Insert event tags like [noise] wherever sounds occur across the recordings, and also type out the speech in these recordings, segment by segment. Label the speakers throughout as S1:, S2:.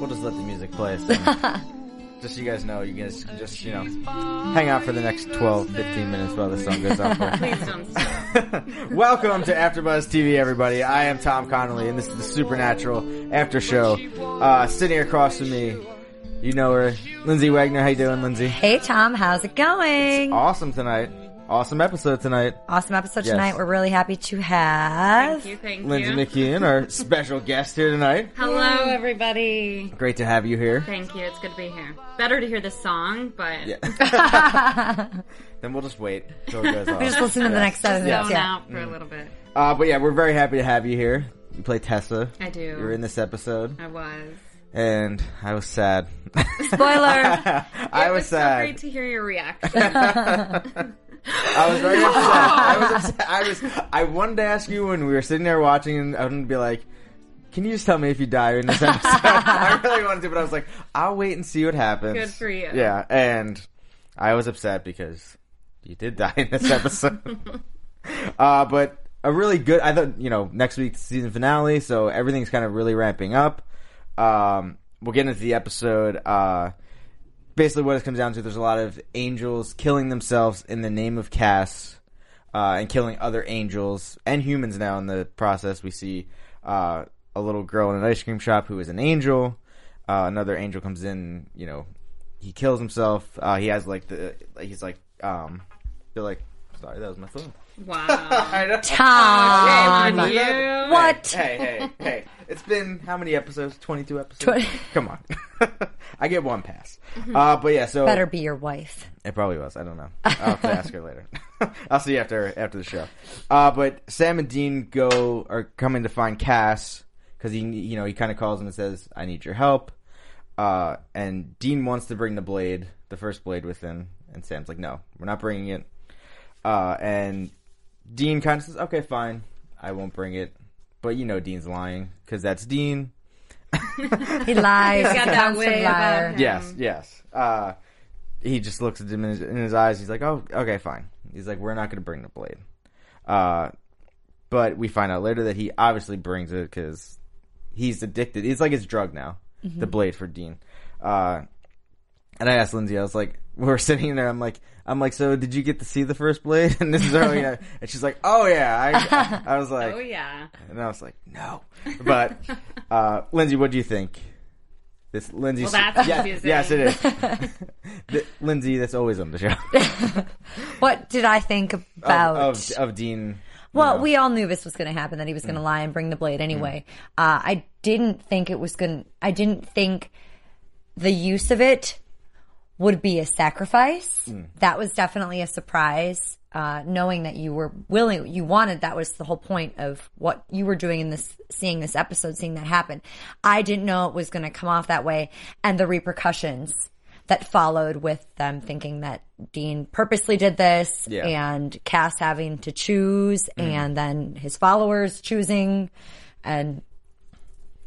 S1: We'll just let the music play. So just so you guys know, you guys can just, you know, hang out for the next 12, 15 minutes while the song goes off.
S2: Please don't. stop.
S1: Welcome to AfterBuzz TV, everybody. I am Tom Connolly, and this is the Supernatural After Show. Uh, sitting across from me, you know her, Lindsay Wagner. How you doing, Lindsay?
S2: Hey Tom, how's it going?
S1: Awesome tonight. Awesome episode tonight.
S2: Awesome episode
S1: Yes.
S2: tonight. We're really happy to have.
S3: Thank you, thank
S1: Lindsay
S3: you.
S1: McKeon, our special guest here tonight.
S3: Hello, everybody.
S1: Great to have you here.
S3: Thank you. It's good to be here. Better to hear this song, but
S1: Yeah. then we'll just wait till it goes off.
S2: Just listen to the next seven minutes.
S3: zone
S2: Yeah.
S3: out for a little bit.
S1: Uh, but yeah, we're very happy to have you here. You play Tessa.
S3: I do.
S1: You were in this episode,
S3: I was.
S1: and I was sad.
S2: Spoiler.
S1: [laughs] I
S3: it
S1: was,
S3: was so
S1: sad.
S3: great to hear
S1: [laughs]
S3: your reaction.
S1: I was very upset. I
S3: [laughs]
S1: was upset. I was. I wanted to ask you when we were sitting there watching, and I would be like, "Can you just tell me if you die in this episode?" [laughs] I really wanted to, but I was like, "I'll wait and see what happens."
S3: Good for you.
S1: Yeah, and I was upset because you did die in this
S3: [laughs]
S1: episode. uh, but a really good. I thought you know next week's season finale, so everything's kind of really ramping up. Um, we'll get into the episode. Uh, basically, what it comes down to, there's a lot of angels killing themselves in the name of Cass, uh, and killing other angels and humans. Now in the process, we see uh, a little girl in an ice cream shop who is an angel. Uh, another angel comes in, you know, he kills himself. Uh, he has like the he's like um, they're like sorry that was my phone.
S3: wow.
S1: I know.
S2: Tom.
S3: Good for you.
S2: What?
S1: Hey, hey, hey. It's been how many episodes? 22 episodes? Come on. [laughs] I get one pass. Uh, but yeah, so.
S2: Mm-hmm. Better be your wife.
S1: It probably was. I don't know. I'll have to ask her later. [laughs] I'll see you after after the show. Uh, but Sam and Dean go are coming to find Cass because he you know he kind of calls him and says, "I need your help." Uh, and Dean wants to bring the blade, the first blade, with him, and Sam's like, "No, we're not bringing it." Uh, and Dean kind of says, "Okay, fine, I won't bring it." But you know Dean's lying because that's Dean.
S2: He lies. He's
S3: got that way about him.
S1: Yes, yes. Uh, he just looks at him in his, in his eyes. He's like, "Oh, okay, fine." He's like, "We're not going to bring the blade." Uh, but we find out later that he obviously brings it because he's addicted. It's like his drug now, the blade for Dean. Uh, and I asked Lindsay, I was like, [laughs] we were sitting there. I'm like, I'm like, so did you get to see the first blade? [laughs] And this is early, you know, and she's like, oh yeah. I, I was like,
S3: Oh yeah.
S1: and I was like, no.
S3: [laughs]
S1: But uh, Lindsay, what do you think? This Lindsay.
S3: Well, that's
S1: yes,
S3: confusing.
S1: yes, it
S3: [laughs]
S1: is. Th- Lindsay, that's always on the
S2: [laughs]
S1: show.
S2: What did I think about?
S1: Of, of, Mm. of Dean.
S2: Well, we all knew this was going to happen, that he was going to lie and bring the blade anyway.
S1: Mm.
S2: Uh, I didn't think it was going to, I didn't think the use of it would be a sacrifice.
S1: Hmm.
S2: That was definitely a surprise. Uh, knowing that you were willing, you wanted, that was the whole point of what you were doing in this, seeing this episode, seeing that happen. I didn't know it was going to come off that way and the repercussions that followed with them thinking that Dean purposely did this
S1: Yeah. Hmm.
S2: and Cass having to choose and then his followers choosing and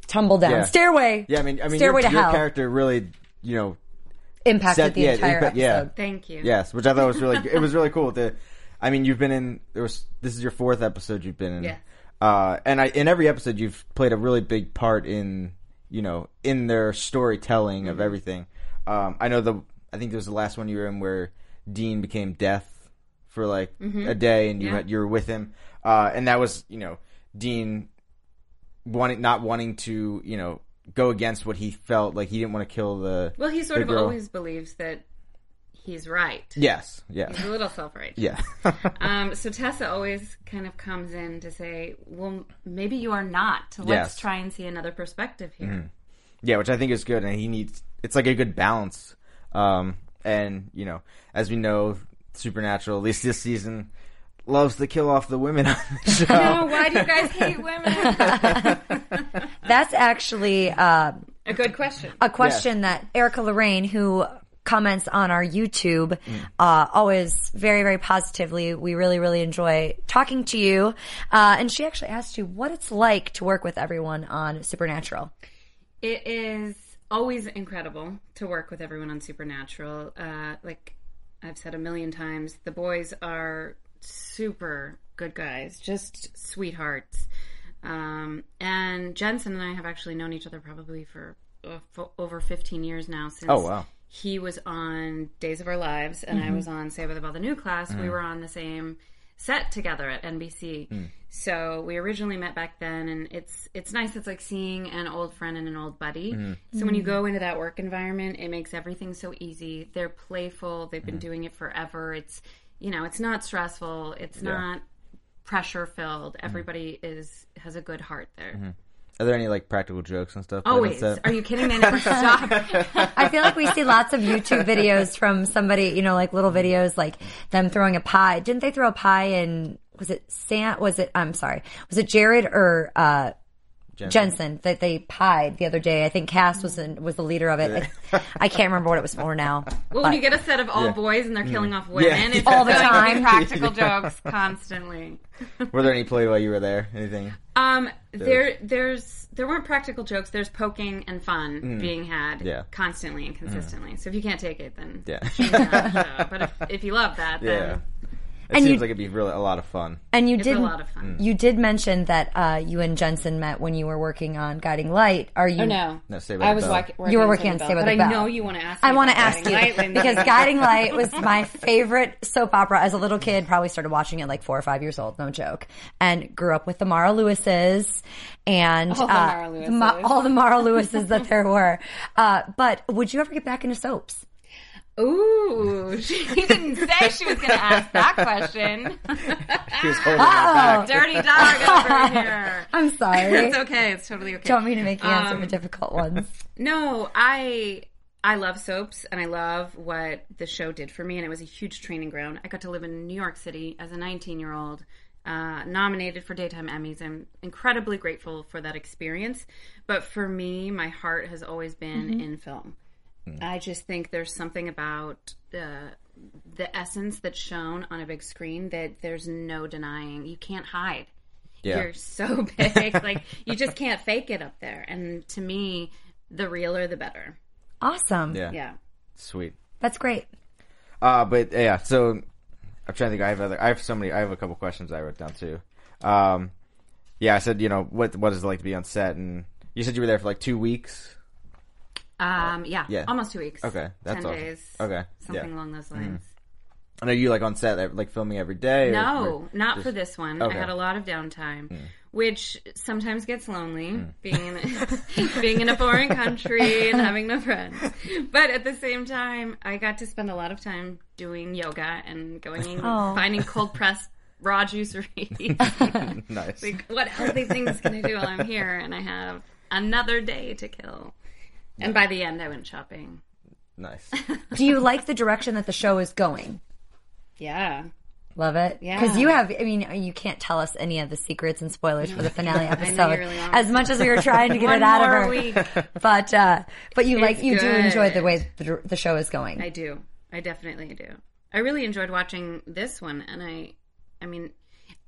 S2: tumble down
S1: Yeah.
S2: stairway.
S1: Yeah, I mean, I mean,
S2: stairway
S1: your,
S2: to
S1: your
S2: hell
S1: character really, you know,
S2: impacted
S1: set-
S2: the
S1: yeah,
S2: entire
S1: impact- yeah.
S2: episode.
S3: Thank you. [laughs]
S1: yes, which I thought was really, it was really cool. The, I mean, you've been in. There was this is your fourth episode you've been in.
S3: Yeah.
S1: Uh, and I in every episode you've played a really big part in you know in their storytelling
S3: Mm-hmm.
S1: of everything. Um, I know the I think it was the last one you were in where Dean became deaf for like a day, and you
S3: Mm-hmm. Yeah.
S1: had, you were with him, uh, and that was you know Dean wanting not wanting to you know go against what he felt like he didn't want to kill the
S3: Well, he sort
S1: the
S3: of
S1: girl.
S3: always believes that he's right.
S1: yes yes
S3: He's a little self-righteous.
S1: yeah [laughs]
S3: Um, so Tessa always kind of comes in to say, "Well, maybe you are not. Let's
S1: Yes.
S3: try and see another perspective here."
S1: yeah which I think is good and he needs it's like a good balance um and you know as we know supernatural at least this season loves to kill off the women [laughs] on the show
S3: No, why do you guys hate
S1: [laughs]
S3: women?
S2: That's actually uh,
S3: a good question.
S2: a question that Erica Lorraine, who comments on our YouTube,
S1: Mm.
S2: uh, always very, very positively. We really, really enjoy talking to you. Uh, and she actually asked you what it's like to work with everyone on Supernatural.
S3: It is always incredible to work with everyone on Supernatural. Uh, like I've said a million times, the boys are super good guys, just sweethearts. Um, and Jensen and I have actually known each other probably for, uh, for over 15 years now since
S1: Oh, wow.
S3: he was on Days of Our Lives and I was on Saved by the Bell, the new class. We were on the same set together at NBC. So we originally met back then, and it's it's nice. It's like seeing an old friend and an old buddy. So when you go into that work environment, it makes everything so easy. They're playful. They've been doing it forever. It's you know, it's not stressful. It's not pressure filled. Everybody is has a good heart there.
S1: are there any like practical jokes and stuff played on
S3: Always.
S1: set?
S3: Are you kidding? They never stop.
S2: I feel like we see lots of YouTube videos from somebody, you know, like little videos like them throwing a pie. Didn't they throw a pie in, was it Sam, was it, I'm sorry, was it Jared or, uh, Jensen that they pied the other day. I think Cass was in, was the leader of it. I, I can't remember what it was for now.
S3: Well, when you get a set of all boys and they're killing off women,
S1: Mm. [laughs] Yeah.
S3: it's
S2: All the
S3: going to be
S1: [laughs]
S2: time.
S3: practical jokes constantly.
S1: were there any played while you were there anything
S3: Um, there, there's, there weren't practical jokes. There's poking and fun being had
S1: Mm. Yeah. Mm.
S3: constantly and consistently. So if you can't take it, then
S1: Yeah.
S3: change that show. But if, if you love
S1: [laughs]
S3: that,
S1: yeah
S3: then
S1: it
S2: And
S1: seems
S2: you-
S1: like it'd be really a lot of fun
S2: And you
S3: it's
S2: did
S3: a lot of
S1: Mm.
S3: fun.
S2: you did mention that uh, you and Jensen met when you were working on Guiding Light. Are you?
S3: Oh no,
S1: Mm. No, Saved by
S3: I
S1: the
S3: was
S1: Bell.
S3: work- working.
S2: You were
S3: on
S2: working on Saved by
S3: but
S2: the
S3: I
S2: Bell.
S3: know you want to ask.
S2: I
S3: me
S2: want to
S3: about
S2: ask
S3: Guiding
S2: you [laughs]
S3: Light, Lindsay. [laughs]
S2: because Guiding Light was my favorite soap opera as a little kid. Probably started watching it like four or five years old, no joke. And grew up with the Mara Lewises and
S3: All the
S2: uh,
S3: Mara
S2: the Ma-
S3: Lewises.
S2: all
S3: [laughs]
S2: the Mara Lewises that there were. Uh, but would you ever get back into soaps?
S3: Ooh, she didn't say she was going to ask that question.
S1: [laughs] She was holding that back.
S3: Dirty dog over here.
S2: Oh, [laughs] I'm sorry.
S3: [laughs] It's okay. It's totally okay.
S2: Don't mean to make you answer
S3: Um,
S2: for difficult ones.
S3: No, I I love soaps and I love what the show did for me and it was a huge training ground. I got to live in New York City as a 19-year-old, uh, nominated for daytime Emmys. I'm incredibly grateful for that experience, but for me, my heart has always been
S2: Mm-hmm.
S3: in film. I just think there's something about uh, the essence that's shown on a big screen that there's no denying. You can't hide
S1: yeah
S3: you're so [laughs] big like you just can't fake it up there and to me the realer the better
S2: Awesome.
S1: yeah
S3: yeah
S1: sweet
S2: That's great.
S1: Uh, but yeah, so I'm trying to think. I have other. I have so many. I have a couple questions I wrote down too. Um, yeah, I said you know what what is it like to be on set, and you said you were there for like two weeks.
S3: um yeah,
S1: Yeah.
S3: almost two weeks
S1: Okay, that's
S3: 10
S1: awesome.
S3: days
S1: Okay, yeah.
S3: something
S1: Mm-hmm.
S3: along those lines
S1: And are you like on set like filming every day? or-
S3: no
S1: or-
S3: not for this one
S1: okay. Mm.
S3: i had a lot of downtime which sometimes gets lonely being in, being in a [laughs] foreign country and having no friends but at the same time i got to spend a lot of time doing yoga and going and
S2: Oh.
S3: finding cold pressed
S1: [laughs]
S3: raw [laughs] juicery
S1: nice.
S3: like what healthy things can I do while I'm here and I have another day to kill. And by the end I went shopping. [laughs]
S1: nice.
S2: Do you like the direction that the show is going?
S3: Yeah.
S2: Love it.
S3: Yeah.
S2: Because you have, I mean, you can't tell us any of the secrets and
S3: [laughs]
S2: spoilers for the finale
S3: know
S2: episode
S3: you really want
S2: as much as we were trying to get
S3: One
S2: it out of
S3: more
S2: her.
S3: week.
S2: [laughs] But, uh, but you like,
S3: It's
S2: you do enjoy the
S3: good.
S2: way the, dir- the show is going.
S3: I do. I definitely do. I really enjoyed watching this one and I I mean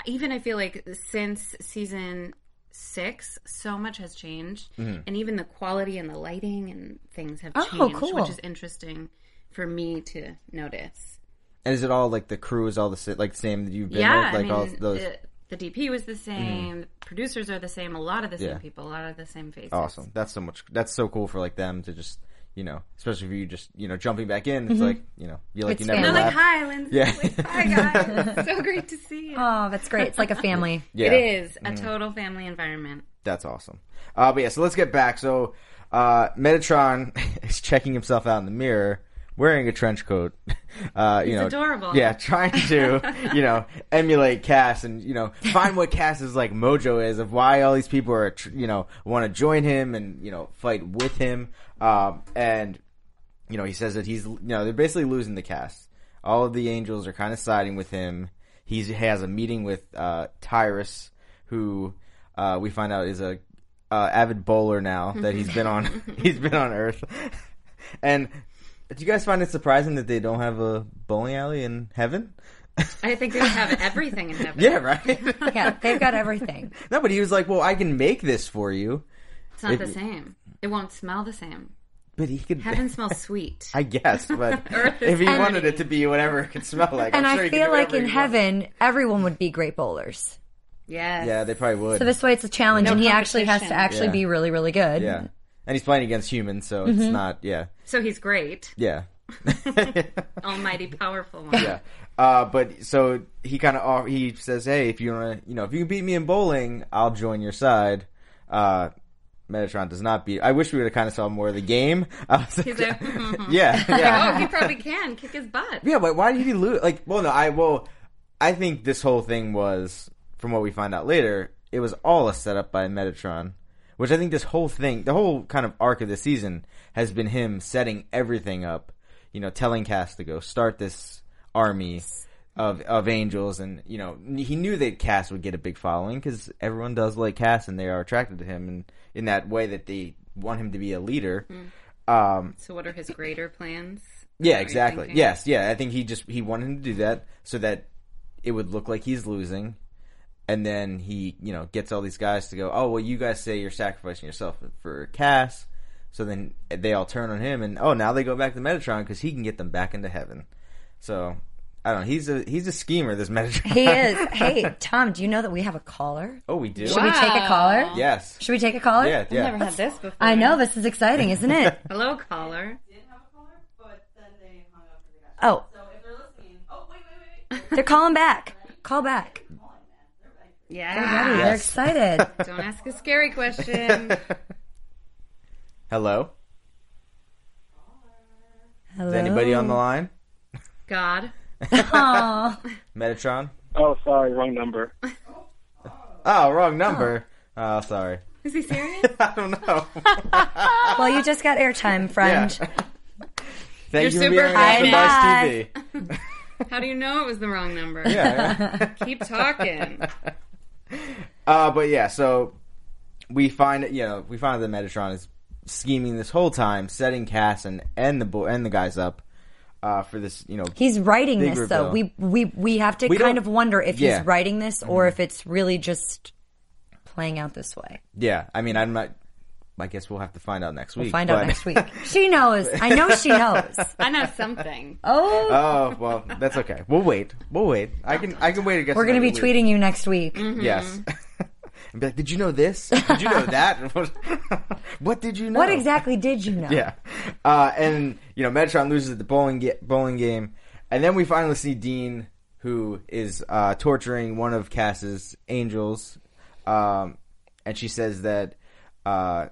S3: even I feel like since season 6 so much has changed and even the quality and the lighting and things have
S2: Mm-hmm. Oh,
S3: changed
S2: cool.
S3: which is interesting for me to notice.
S1: And is it all like the crew is all the sa- like same that you've been
S3: yeah,
S1: with? Like
S3: I mean,
S1: all those. Mm.
S3: The, the DP was the same. The producers are the same. A lot of the same
S1: Yeah.
S3: people. A lot of the same faces.
S1: awesome. That's so much. That's so cool for like them to just you know, especially if you just you know jumping back in. It's
S3: Mm-hmm.
S1: like you know you like
S2: It's
S1: you
S2: fam-
S1: never
S3: They're like,
S1: left.
S3: "Hi, Lindsay.
S1: Yeah.
S3: Like, Hi,
S1: [laughs]
S3: guys. so great to see you."
S2: Oh, that's great. It's like a family.
S1: Yeah. Mm-hmm.
S3: It is a total family environment.
S1: That's awesome. Uh, but yeah, so let's get back. So uh, Metatron [laughs] is checking himself out in the mirror, wearing a trench coat. [laughs] Uh, you
S3: He's
S1: know,
S3: adorable.
S1: Yeah, trying
S3: [laughs]
S1: to you know emulate Cass and you know find what Cass's like mojo is of why all these people are tr- you know want to join him and you know fight with him. Um, and you know, he says that he's, you know, they're basically losing the cast. All of the angels are kind of siding with him. He's, he has a meeting with uh, Tyrus, who uh, we find out is a uh, avid bowler now that he's been
S2: [laughs]
S1: on. [laughs] he's been on Earth. and do you guys find it surprising that they don't have a bowling alley in
S2: [laughs]
S1: heaven?
S3: I think they have everything in
S1: [laughs]
S3: heaven.
S1: Yeah, right.
S2: Yeah, they've got
S1: [laughs]
S2: everything.
S1: no, but he was like, "Well, I can make this for you."
S3: It's not
S1: It-
S3: the same. It won't smell the same.
S1: But he could. [laughs]
S3: Heaven smells sweet.
S1: I guess,
S2: [laughs]
S1: but
S3: Earth is
S1: if he
S3: empty.
S1: wanted it to be whatever it could smell like,
S2: And
S1: I'm sure
S2: I
S1: he could
S2: feel
S1: do
S2: like
S1: whatever
S2: in
S1: he wanted.
S2: heaven, everyone would be great bowlers.
S3: yes.
S1: Yeah, they probably would.
S2: So this way, it's a challenge, and he actually has to
S3: competition.
S2: actually
S1: Yeah.
S2: be really, really good.
S3: Mm-hmm.
S1: Yeah. And he's playing against humans, so it's not, yeah.
S3: So he's great. [laughs]
S1: Yeah. [laughs]
S3: Almighty powerful one.
S1: Yeah. Uh, but so he kind of he says, "Hey, if you want to, you know, if you can beat me in bowling, I'll join your side." Uh, Metatron does not beat. I wish we would have kind of saw more of the game. [laughs] I was
S3: He's
S1: like,
S3: [laughs]
S1: [laughs]
S3: like, "Mhm."
S1: yeah, yeah.
S3: Oh, he probably can kick his butt.
S1: Yeah, but why did he lose? Like, well, no, I well, I think this whole thing was, from what we find out later, it was all a setup by Metatron, which I think this whole thing, the whole kind of arc of the season, has been him setting everything up. You know, telling Cass to go start this army of of angels, and you know, he knew that Cass would get a big following because everyone does like Cass and they are attracted to him, and in that way that they want him to be a leader. Um,
S3: So what are his greater plans?
S1: yeah,
S3: Is that what you're
S1: exactly.
S3: thinking?
S1: Yes, yeah. I think he just he wanted him to do that so that it would look like he's losing, and then he you know gets all these guys to go. Oh well, you guys say you're sacrificing yourself for Cass, so then they all turn on him, and oh now they go back to Metatron because he can get them back into heaven. So I don't know. He's a he's a schemer. This Metatron.
S2: He is. [laughs] Hey, Tom, do you know that we have a caller?
S1: [laughs] oh, we do.
S2: Should we take a caller?
S1: Yes.
S2: Should we take a caller?
S1: Yeah. Yeah.
S3: Never had this before.
S2: I know this is exciting,
S1: [laughs]
S2: isn't it?
S3: Hello, caller.
S4: did have a caller, but then they hung up because they got.
S2: Oh,
S4: So if they're listening, oh wait, wait, wait,
S2: they're calling back. Call back.
S1: Ah,
S3: Yeah.
S1: [laughs]
S2: They're excited.
S3: Don't ask a scary question.
S1: Hello.
S2: Hello?
S1: Is anybody on the line?
S3: God.
S2: Aw.
S1: Metatron.
S5: Oh, sorry, wrong number.
S1: [laughs] Oh, wrong number. Oh, sorry.
S3: Is he serious?
S1: I don't know.
S2: Well, you just got airtime, friend.
S1: Thank you
S3: You're
S1: for being
S3: super
S1: on After Buzz
S2: Hi.
S1: TV.
S3: How do you know it was the wrong number?
S1: Yeah.
S3: [laughs] Keep talking.
S1: Uh, but yeah, so we find you know we find that Metatron is scheming this whole time, setting Cass and and the bo- and the guys up uh, for this. You know,
S2: He's writing
S1: Big
S2: this
S1: reveal.
S2: though. We we we have to
S1: We
S2: kind
S1: don't-
S2: of wonder if
S1: Yeah. Mm-hmm.
S2: he's writing this or if it's really just playing out this way.
S1: yeah. I mean, I'm not. I guess we'll have to find out next week.
S2: Find out
S1: but-
S2: next week. She knows. I know she knows.
S3: I know something.
S2: Oh,
S1: [laughs] Oh well, that's okay. We'll wait. We'll wait. I can. I can wait. I guess
S2: we're gonna be
S1: another week.
S2: tweeting you next week.
S1: Yes. [laughs] and be like, did you know this? Did you know that? [laughs] what did you know?
S2: What exactly did you know?
S1: Yeah, uh, and you know Metatron loses at the bowling ga- bowling game, and then we finally see Dean, who is uh, torturing one of Cass's angels, um, and she says that uh,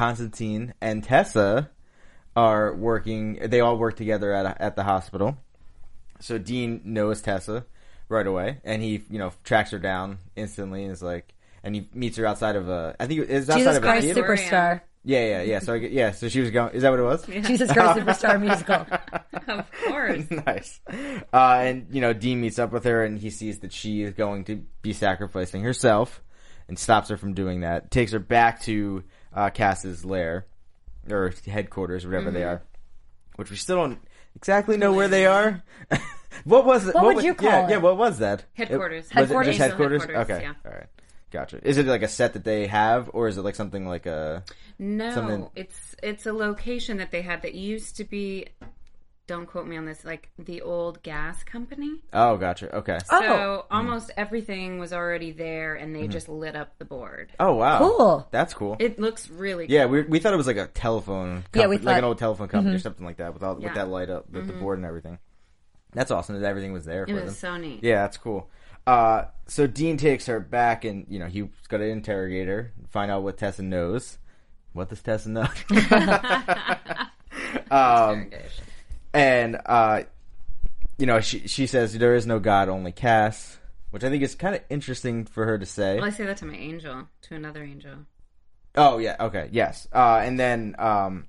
S1: Constantine and Tessa are working. They all work together at a, at the hospital. So Dean knows Tessa right away, and he you know tracks her down instantly, and is like, and he meets her outside of a. I think it's outside
S2: Jesus
S1: of a
S2: Christ
S1: theater.
S2: Superstar.
S1: Yeah, yeah, yeah. So I get, yeah, so she was going. Is that what it was?
S2: [laughs] Jesus Christ Superstar musical.
S3: Of
S1: [laughs]
S3: course.
S1: nice. Uh, and you know, Dean meets up with her, and he sees that she is going to be sacrificing herself, and stops her from doing that. Takes her back to uh, Cass's lair or headquarters, whatever they
S2: Mm-hmm.
S1: are, which we still don't exactly know where they are. [laughs] what was it?
S2: What would
S1: was,
S2: you call
S1: yeah,
S2: it?
S1: Yeah, what was that? It-
S3: Headquarters.
S1: was it
S2: Headquarters.
S1: just headquarters?
S3: Headquarters,
S1: okay,
S3: yeah.
S1: all right, gotcha. Is it like a set that they have, or is it like something like a?
S3: No,
S1: Something-
S3: it's it's a location that they had that used to be don't quote me on this, like the old gas company.
S1: Oh, Mm-hmm. gotcha. Okay.
S3: So almost everything was already there, and they just lit up the board.
S1: Oh, wow.
S2: Cool.
S1: That's cool.
S3: It looks really
S1: yeah, we, we thought it was like a telephone. Company,
S2: Yeah,
S1: like
S2: we
S1: an
S2: thought- Mm-hmm.
S1: old telephone company or something like that with all with
S3: Yeah. Mm-hmm.
S1: that light up with the board and everything. That's awesome that everything was there
S3: It
S1: for
S3: was
S1: them.
S3: so neat.
S1: Yeah, that's cool. Uh, so Dean takes her back, and you know he's going to interrogate her, find out what Tessa knows. What does Tessa
S3: [laughs]
S1: know? um, and uh, you know she she says there is no God, only Cass, which I think is kind of interesting for her to say.
S3: Well, I say that to my angel, to another angel.
S1: Oh yeah, okay, yes. Uh, and then um,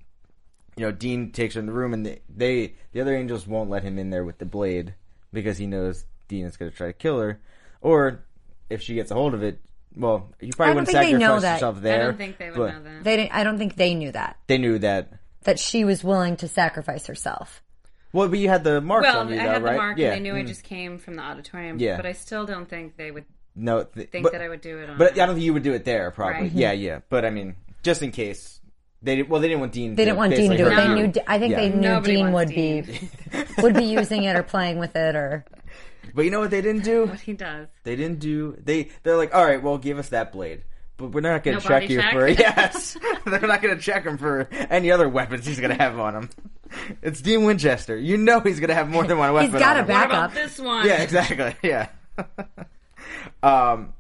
S1: you know, Dean takes her in the room, and they, they the other angels won't let him in there with the blade because he knows Dean is going to try to kill her, or if she gets a hold of it. Well, you probably
S2: I don't
S1: wouldn't
S2: think they know
S1: sacrifice
S2: that.
S1: yourself there.
S3: I don't think they would
S1: but
S3: know that.
S2: They didn't, I don't think they knew that
S1: They knew that.
S2: that she was willing to sacrifice herself.
S1: Well, but you had the marks
S3: Well,
S1: on you,
S3: I
S1: though,
S3: had
S1: right?
S3: the mark,
S1: yeah.
S3: and they knew I
S1: Mm.
S3: just came from the auditorium.
S1: Yeah.
S3: But I still don't think they would [laughs]
S1: no th-
S3: think
S1: but-
S3: that I would do it on.
S1: But I don't think you would do it there, probably.
S3: Right.
S1: Yeah, yeah. But I mean, just in case they did, well, they didn't want Dean.
S2: They didn't want Dean to do it. They
S3: her.
S2: knew. I think
S1: Yeah.
S2: they knew
S3: Nobody
S2: Dean
S3: wants
S2: would
S3: Dean.
S2: be [laughs] would be using it or playing with it or
S1: But you know what they didn't do?
S3: what he does.
S1: They didn't do. They they're like, all right, well, give us that blade, but we're not going
S3: No
S1: to check
S3: body
S1: you
S3: check?
S1: for yes. [laughs] they're not going to check him for any other weapons he's going to have on him. It's Dean Winchester. You know he's going to have more than one weapon. on
S2: got a
S1: him.
S2: back-
S3: What about
S2: up.
S3: this one?
S1: Yeah, exactly. [laughs] Yeah. um,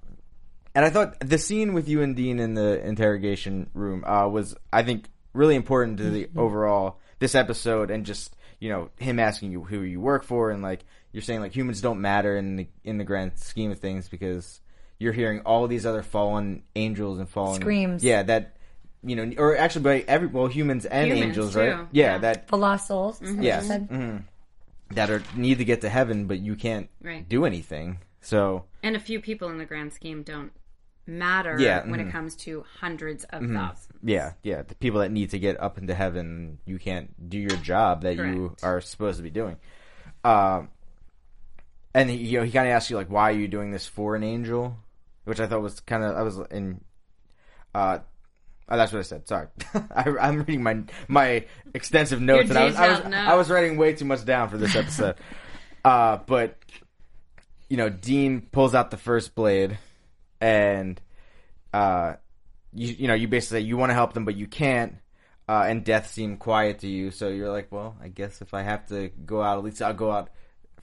S1: and I thought the scene with you and Dean in the interrogation room uh, was, I think, really important to
S3: Mm-hmm.
S1: the overall this episode and just you know him asking you who you work for and like you're saying like humans don't matter in the in the grand scheme of things because you're hearing all these other fallen angels and fallen
S2: Screams.
S1: Yeah, that you know, or actually by every well humans and
S3: Humans,
S1: angels,
S3: too.
S1: right?
S3: Yeah.
S1: Yeah, that
S2: the lost souls.
S1: Yes. Mm-hmm.
S2: Yes.
S1: that are need to get to heaven, but you can't
S3: Right.
S1: do anything. So
S3: And a few people in the grand scheme don't matter
S1: Yeah, Mm-hmm.
S3: when
S1: mhm.
S3: it comes to hundreds of thousands.
S1: yeah, yeah, the people that need to get up into heaven, you can't do your job that you
S3: Correct.
S1: are supposed to be doing. Um, and he, you know, he kind of asks you like, "Why are you doing this for an angel?" Which I thought was kind of I was in. Uh, oh, that's what I said. Sorry, [laughs] I, I'm reading my my extensive notes, and I was I was,
S3: detailed notes.
S1: I was writing way too much down for this episode. uh, but you know, Dean pulls out the first blade, and uh, you you know, you basically say you want to help them, but you can't. Uh, and death seemed quiet to you, so you're like, well, I guess if I have to go out, at least I'll go out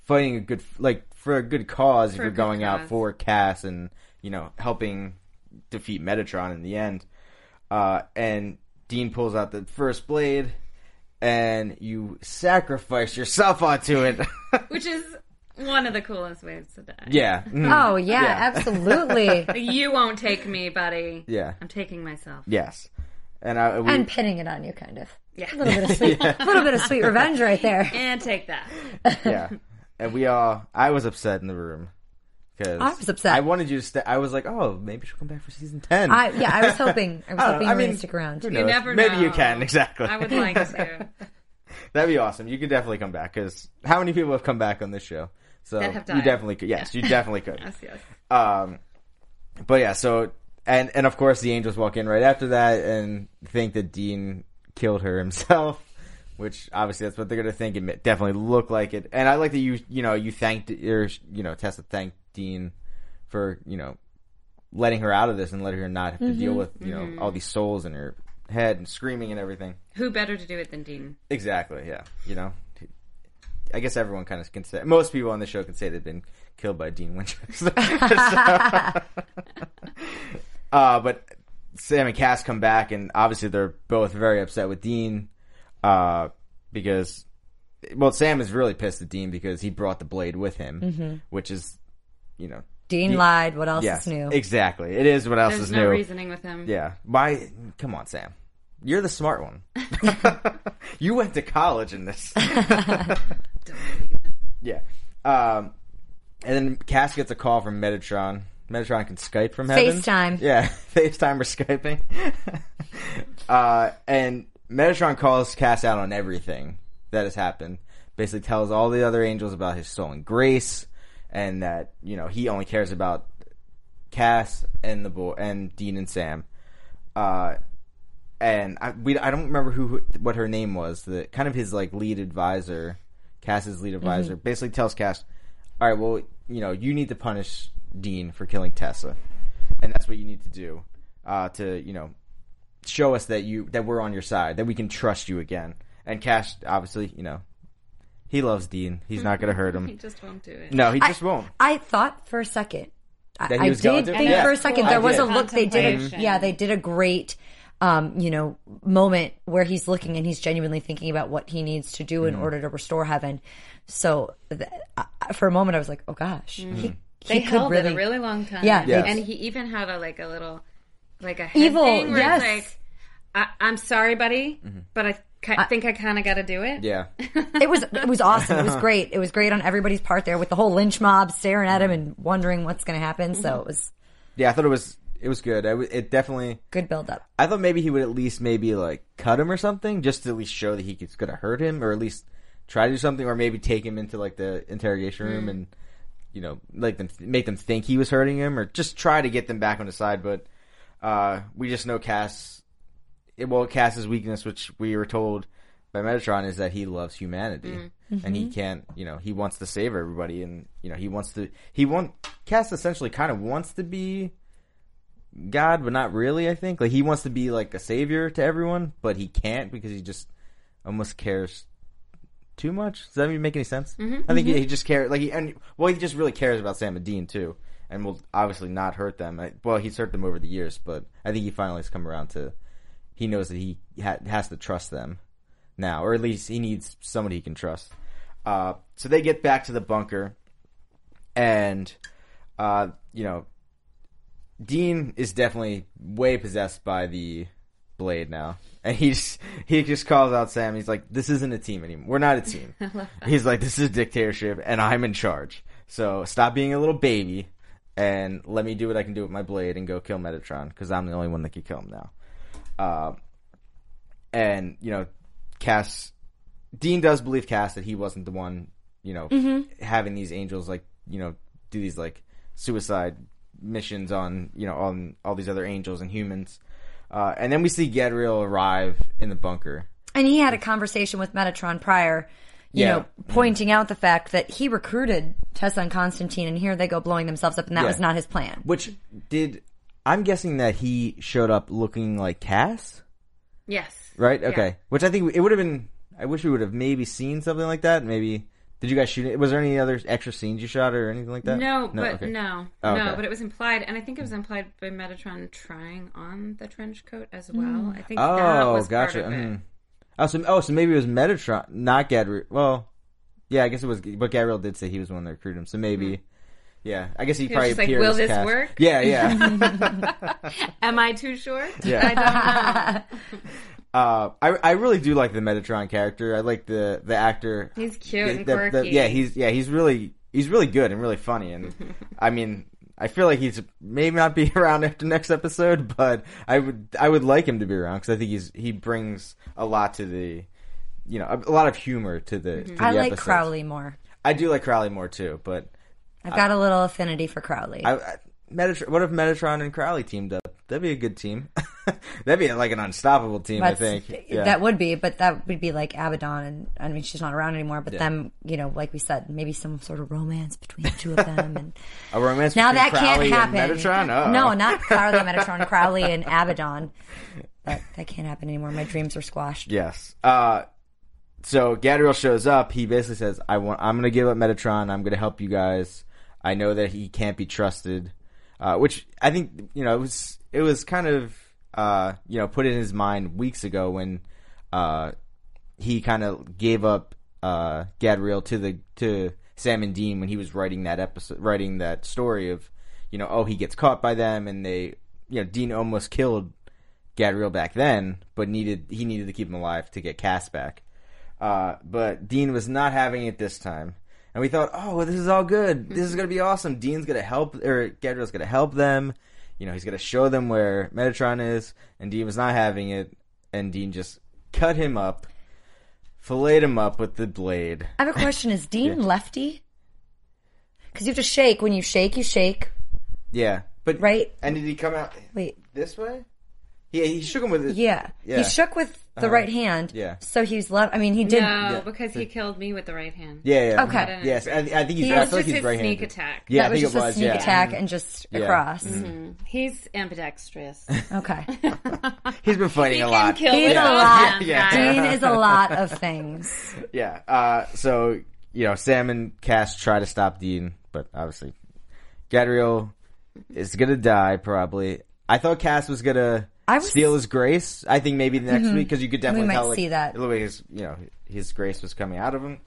S1: fighting a good like for a good cause. if
S3: a
S1: you're
S3: good
S1: going out
S3: cause.
S1: for Cass and you know helping defeat Metatron in the end, uh, and Dean pulls out the first blade, and you sacrifice yourself onto it. [laughs]
S3: Which is one of the coolest ways to die.
S1: yeah. Mm.
S2: Oh yeah,
S1: Yeah. [laughs]
S2: absolutely.
S3: Like, You won't take me, buddy.
S1: Yeah.
S3: I'm taking myself.
S1: Yes. And I we,
S2: and pinning it on you, kind of.
S3: Yeah.
S2: A little bit of sweet, a little bit of sweet revenge right
S1: [laughs]
S2: there.
S3: [laughs] And take that.
S2: [laughs]
S1: yeah, and we all. I was upset in the room because
S2: I was upset.
S1: I wanted you to stay. I was like, oh, maybe she'll come back for season ten.
S2: I yeah, I was hoping, I
S1: don't
S2: was
S1: know,
S2: hoping
S1: Oh, I
S2: you were
S1: mean,
S2: gonna stick
S1: [laughs]
S2: around.
S1: Who
S3: You
S1: knows?
S3: never
S1: Maybe
S3: know.
S1: you can [laughs] exactly.
S3: I would like
S2: [laughs]
S3: to.
S1: That'd be awesome. You could definitely come back because how many people have come back on this show? So
S3: That have
S1: you
S3: died.
S1: definitely could. Yes,
S3: [laughs]
S1: you definitely could.
S3: Yes, yes.
S1: Um, but yeah, so and and of course the angels walk in right after that and think that Dean killed her [laughs] himself, which obviously that's what they're gonna think. It ma- definitely looked like it, and I like that you you know you thanked or you know Tessa thanked Dean for you know letting her out of this and letting her not have to deal with you know all these souls in her head and screaming and everything.
S3: Who better to do it than Dean?
S1: Exactly. Yeah. You know, I guess everyone kind of can say. Most people on the show can say they've been killed by Dean Winchester. [laughs] So- [laughs] uh, but Sam and Cass come back, and obviously they're both very upset with Dean uh, because, well, Sam is really pissed at Dean because he brought the blade with him, which is, you know,
S2: Dean lied. What Mm-hmm. else
S1: yes,
S2: is new?
S1: exactly. It is what else
S3: There's
S1: is
S3: no
S1: new.
S3: reasoning with him.
S1: Yeah. Why? Come on, Sam. You're the smart
S2: [laughs]
S1: one. [laughs] you went to college in this. yeah. Um, and then Cass gets a call from Metatron. Metatron can Skype from heaven.
S2: FaceTime.
S1: Yeah, [laughs] FaceTime or Skyping. [laughs] uh, and Metatron calls Cass out on everything that has happened. Basically, tells all the other angels about his stolen grace, and that you know he only cares about Cass and the boy and Dean and Sam. Uh, and I we I don't remember who what her name was. The kind of his like lead advisor Cass's
S3: Mm-hmm.
S1: lead advisor, basically tells Cass, "All right, well, you know, you need to punish Dean for killing Tessa, and that's what you need to do uh, to, you know, show us that you that we're on your side, that we can trust you again." And Cass, obviously, you know, he loves Dean. He's not going to hurt
S3: [laughs] He
S1: him.
S3: just won't do it.
S1: No, he just won't.
S2: I thought for a second. I,
S1: That he
S2: I
S1: was going
S2: did
S1: to?
S2: think
S1: Yeah.
S2: for a second
S1: I
S2: there was a
S1: did.
S2: look they did. A,
S3: Contemplation.
S2: yeah, they did a great, um, you know, moment where he's looking and he's genuinely thinking about what he needs to do in
S1: Mm.
S2: order to restore heaven. So th- I, I- for a moment, I was like, oh gosh,
S1: Mm.
S2: he,
S3: They
S2: he could
S3: held
S2: really,
S3: it a really long time.
S2: Yeah,
S1: Yes.
S3: and he even had a like a little, like a head
S2: Evil,
S3: Thing where
S2: yes.
S3: it's like, I, I'm sorry, buddy, but I, ki- think I kind of got to do
S1: Mm-hmm.
S3: it. [laughs]
S1: Yeah,
S2: [laughs] It was it was awesome. It
S1: [laughs]
S2: was great. It was great on everybody's part there with the whole lynch mob staring
S1: Mm.
S2: at him and wondering what's going to happen.
S1: Mm-hmm.
S2: So it was
S1: yeah. I thought it was it was good. I w it definitely.
S2: good build up.
S1: I thought maybe he would at least maybe like cut him or something, just to at least show that he he's gonna hurt him, or at least try to do something, or maybe take him into like the interrogation room and you know like them make them think he was hurting him, or just try to get them back on his side. But uh, we just know Cass. it- Well, Cass's weakness, which we were told by Metatron, is that he loves humanity, and he can't. You know, he wants to save everybody, and you know he wants to. He want Cass essentially kind of wants to be God, but not really. I think like he wants to be like a savior to everyone, but he can't because he just almost cares too much. Does that even make any sense? I think he, he just cares like he and well, he just really cares about Sam and Dean too, and will obviously not hurt them. I, well, he's hurt them over the years, but I think he finally has come around to he knows that he ha- has to trust them now, or at least he needs somebody he can trust. Uh, so they get back to the bunker, and uh, you know, Dean is definitely way possessed by the blade now, and he just he just calls out Sam. He's like, "This isn't a team anymore. We're not a team." He's like, "This is a dictatorship, and I'm in charge. So stop being a little baby." And let me do what I can do with my blade and go kill Metatron because I'm the only one that can kill him now Uh, and you know, Cass, Dean does believe Cass that he wasn't the one, you know,
S3: Mm-hmm.
S1: having these angels like you know do these like suicide missions on you know on all these other angels and humans, uh, and then we see Gadriel arrive in the bunker.
S2: And he had a conversation with Metatron prior, you
S1: Yeah.
S2: know, pointing out the fact that he recruited Tessa and Constantine, and here they go blowing themselves up, and that
S1: Yeah.
S2: was not his plan.
S1: Which did I'm guessing that he showed up looking like Cass,
S3: Yes.
S1: right?
S3: Yeah.
S1: Okay, which I think it would have been. I wish we would have maybe seen something like that. Maybe did you guys shoot it? Was there any other extra scenes you shot or anything like that?
S3: No, but
S1: okay.
S3: no,
S1: Oh, okay.
S3: no, but it was implied, and I think it was implied by Metatron trying on the trench coat as well.
S2: Mm.
S3: I think that
S1: Oh,
S3: was
S1: gotcha.
S3: part of it.
S1: Mm. Oh, so, oh, so maybe it was Metatron, not Gadriel. Well, yeah, I guess it was, but Gadriel did say he was the one that recruited him. So maybe, yeah, I guess he,
S3: Mm-hmm. was
S1: probably
S3: just like,
S1: appeared
S3: "Will
S1: as
S3: this
S1: Cass.
S3: work?"
S1: Yeah,
S3: [laughs]
S1: yeah.
S3: Am I too short?
S1: Yeah.
S3: I
S2: [laughs]
S3: don't know.
S1: uh, I I really do like the Metatron character. I like the the actor.
S3: He's cute
S1: The-
S3: and
S1: the- the-
S3: quirky.
S1: yeah, he's yeah he's really he's really good and really funny. And
S3: [laughs]
S1: I mean, I feel like he's may not be [laughs] around after next episode, but I would I would like him to be around because I think he's he brings a lot to the. You know, a a lot of humor to the.
S3: Mm-hmm.
S1: to
S2: I
S1: the
S2: like
S1: episodes.
S2: Crowley more.
S1: I do like Crowley more too, but
S2: I've got a little affinity for Crowley.
S1: I, I Metatron, what if Metatron and Crowley teamed up? That'd be a good team. [laughs] That'd be like an unstoppable team, I
S2: That's-
S1: think. Yeah.
S2: That would be, but that would be like Abaddon, and I mean, she's not around anymore. But them, you know, like we said, maybe some sort of romance between the two of
S1: [laughs]
S2: them. And
S1: a romance
S2: now
S1: between
S2: that
S1: Crowley
S2: can't happen.
S1: And Metatron? Oh. Uh-oh.
S2: No,
S1: [laughs]
S2: not Crowley, Metatron, Crowley, and Abaddon. But that can't happen anymore. My dreams are squashed.
S1: Yes. Uh, so Gadriel shows up. He basically says, "I want. I'm going to give up Metatron. I'm going to help you guys. I know that he can't be trusted." Uh, which I think you know it was it was kind of uh, you know put in his mind weeks ago when uh, he kind of gave up uh, Gadriel to the to Sam and Dean when he was writing that episode, writing that story of you know oh he gets caught by them and they you know Dean almost killed Gadriel back then, but needed he needed to keep him alive to get Cass back. Uh, but Dean was not having it this time, and we thought, oh, this is all good. This is gonna be awesome. Dean's gonna help, or Gadriel's gonna help them. You know, he's gonna show them where Metatron is, and Dean was not having it, and Dean just cut him up, filleted him up with the blade.
S2: I have a question: Is Dean lefty? Because you have to shake. When you shake, you shake.
S1: Yeah, but
S2: Right.
S1: And did he come out
S2: Wait.
S1: this way? Yeah, he shook him with it.
S2: Yeah.
S1: Yeah. Uh,
S2: He shook with the right hand.
S1: yeah.
S2: So he's left. I mean, he did.
S3: No, because he killed me with the right hand.
S1: Yeah. yeah.
S2: Okay.
S1: Yes, I, I think he's.
S2: He
S1: I
S2: was
S3: It's
S1: feel like
S3: just
S1: he's
S3: his
S1: right handed.
S3: sneak attack.
S1: Yeah, I
S2: that was
S1: think
S2: just
S1: it
S2: a
S1: was.
S2: sneak
S1: yeah. Mm-hmm.
S2: attack and just
S1: Yeah. Mm-hmm.
S2: across.
S3: He's
S1: [laughs]
S3: ambidextrous.
S2: Okay.
S1: He's been fighting
S3: he
S1: a
S3: can
S1: lot.
S3: kill
S2: He's
S3: with
S2: a
S3: both
S2: lot.
S3: hands,
S1: Yeah.
S3: guys.
S1: [laughs]
S2: Dean is a lot of things.
S1: Yeah. Uh, so you know, Sam and Cass try to stop Dean, but obviously, Gadriel is gonna die probably. I thought Cass was gonna
S2: I was- Mm-hmm.
S1: steal his grace. I think maybe next week because you could definitely
S2: might
S1: tell like,
S2: see that.
S1: the way his you know his grace was coming out of him.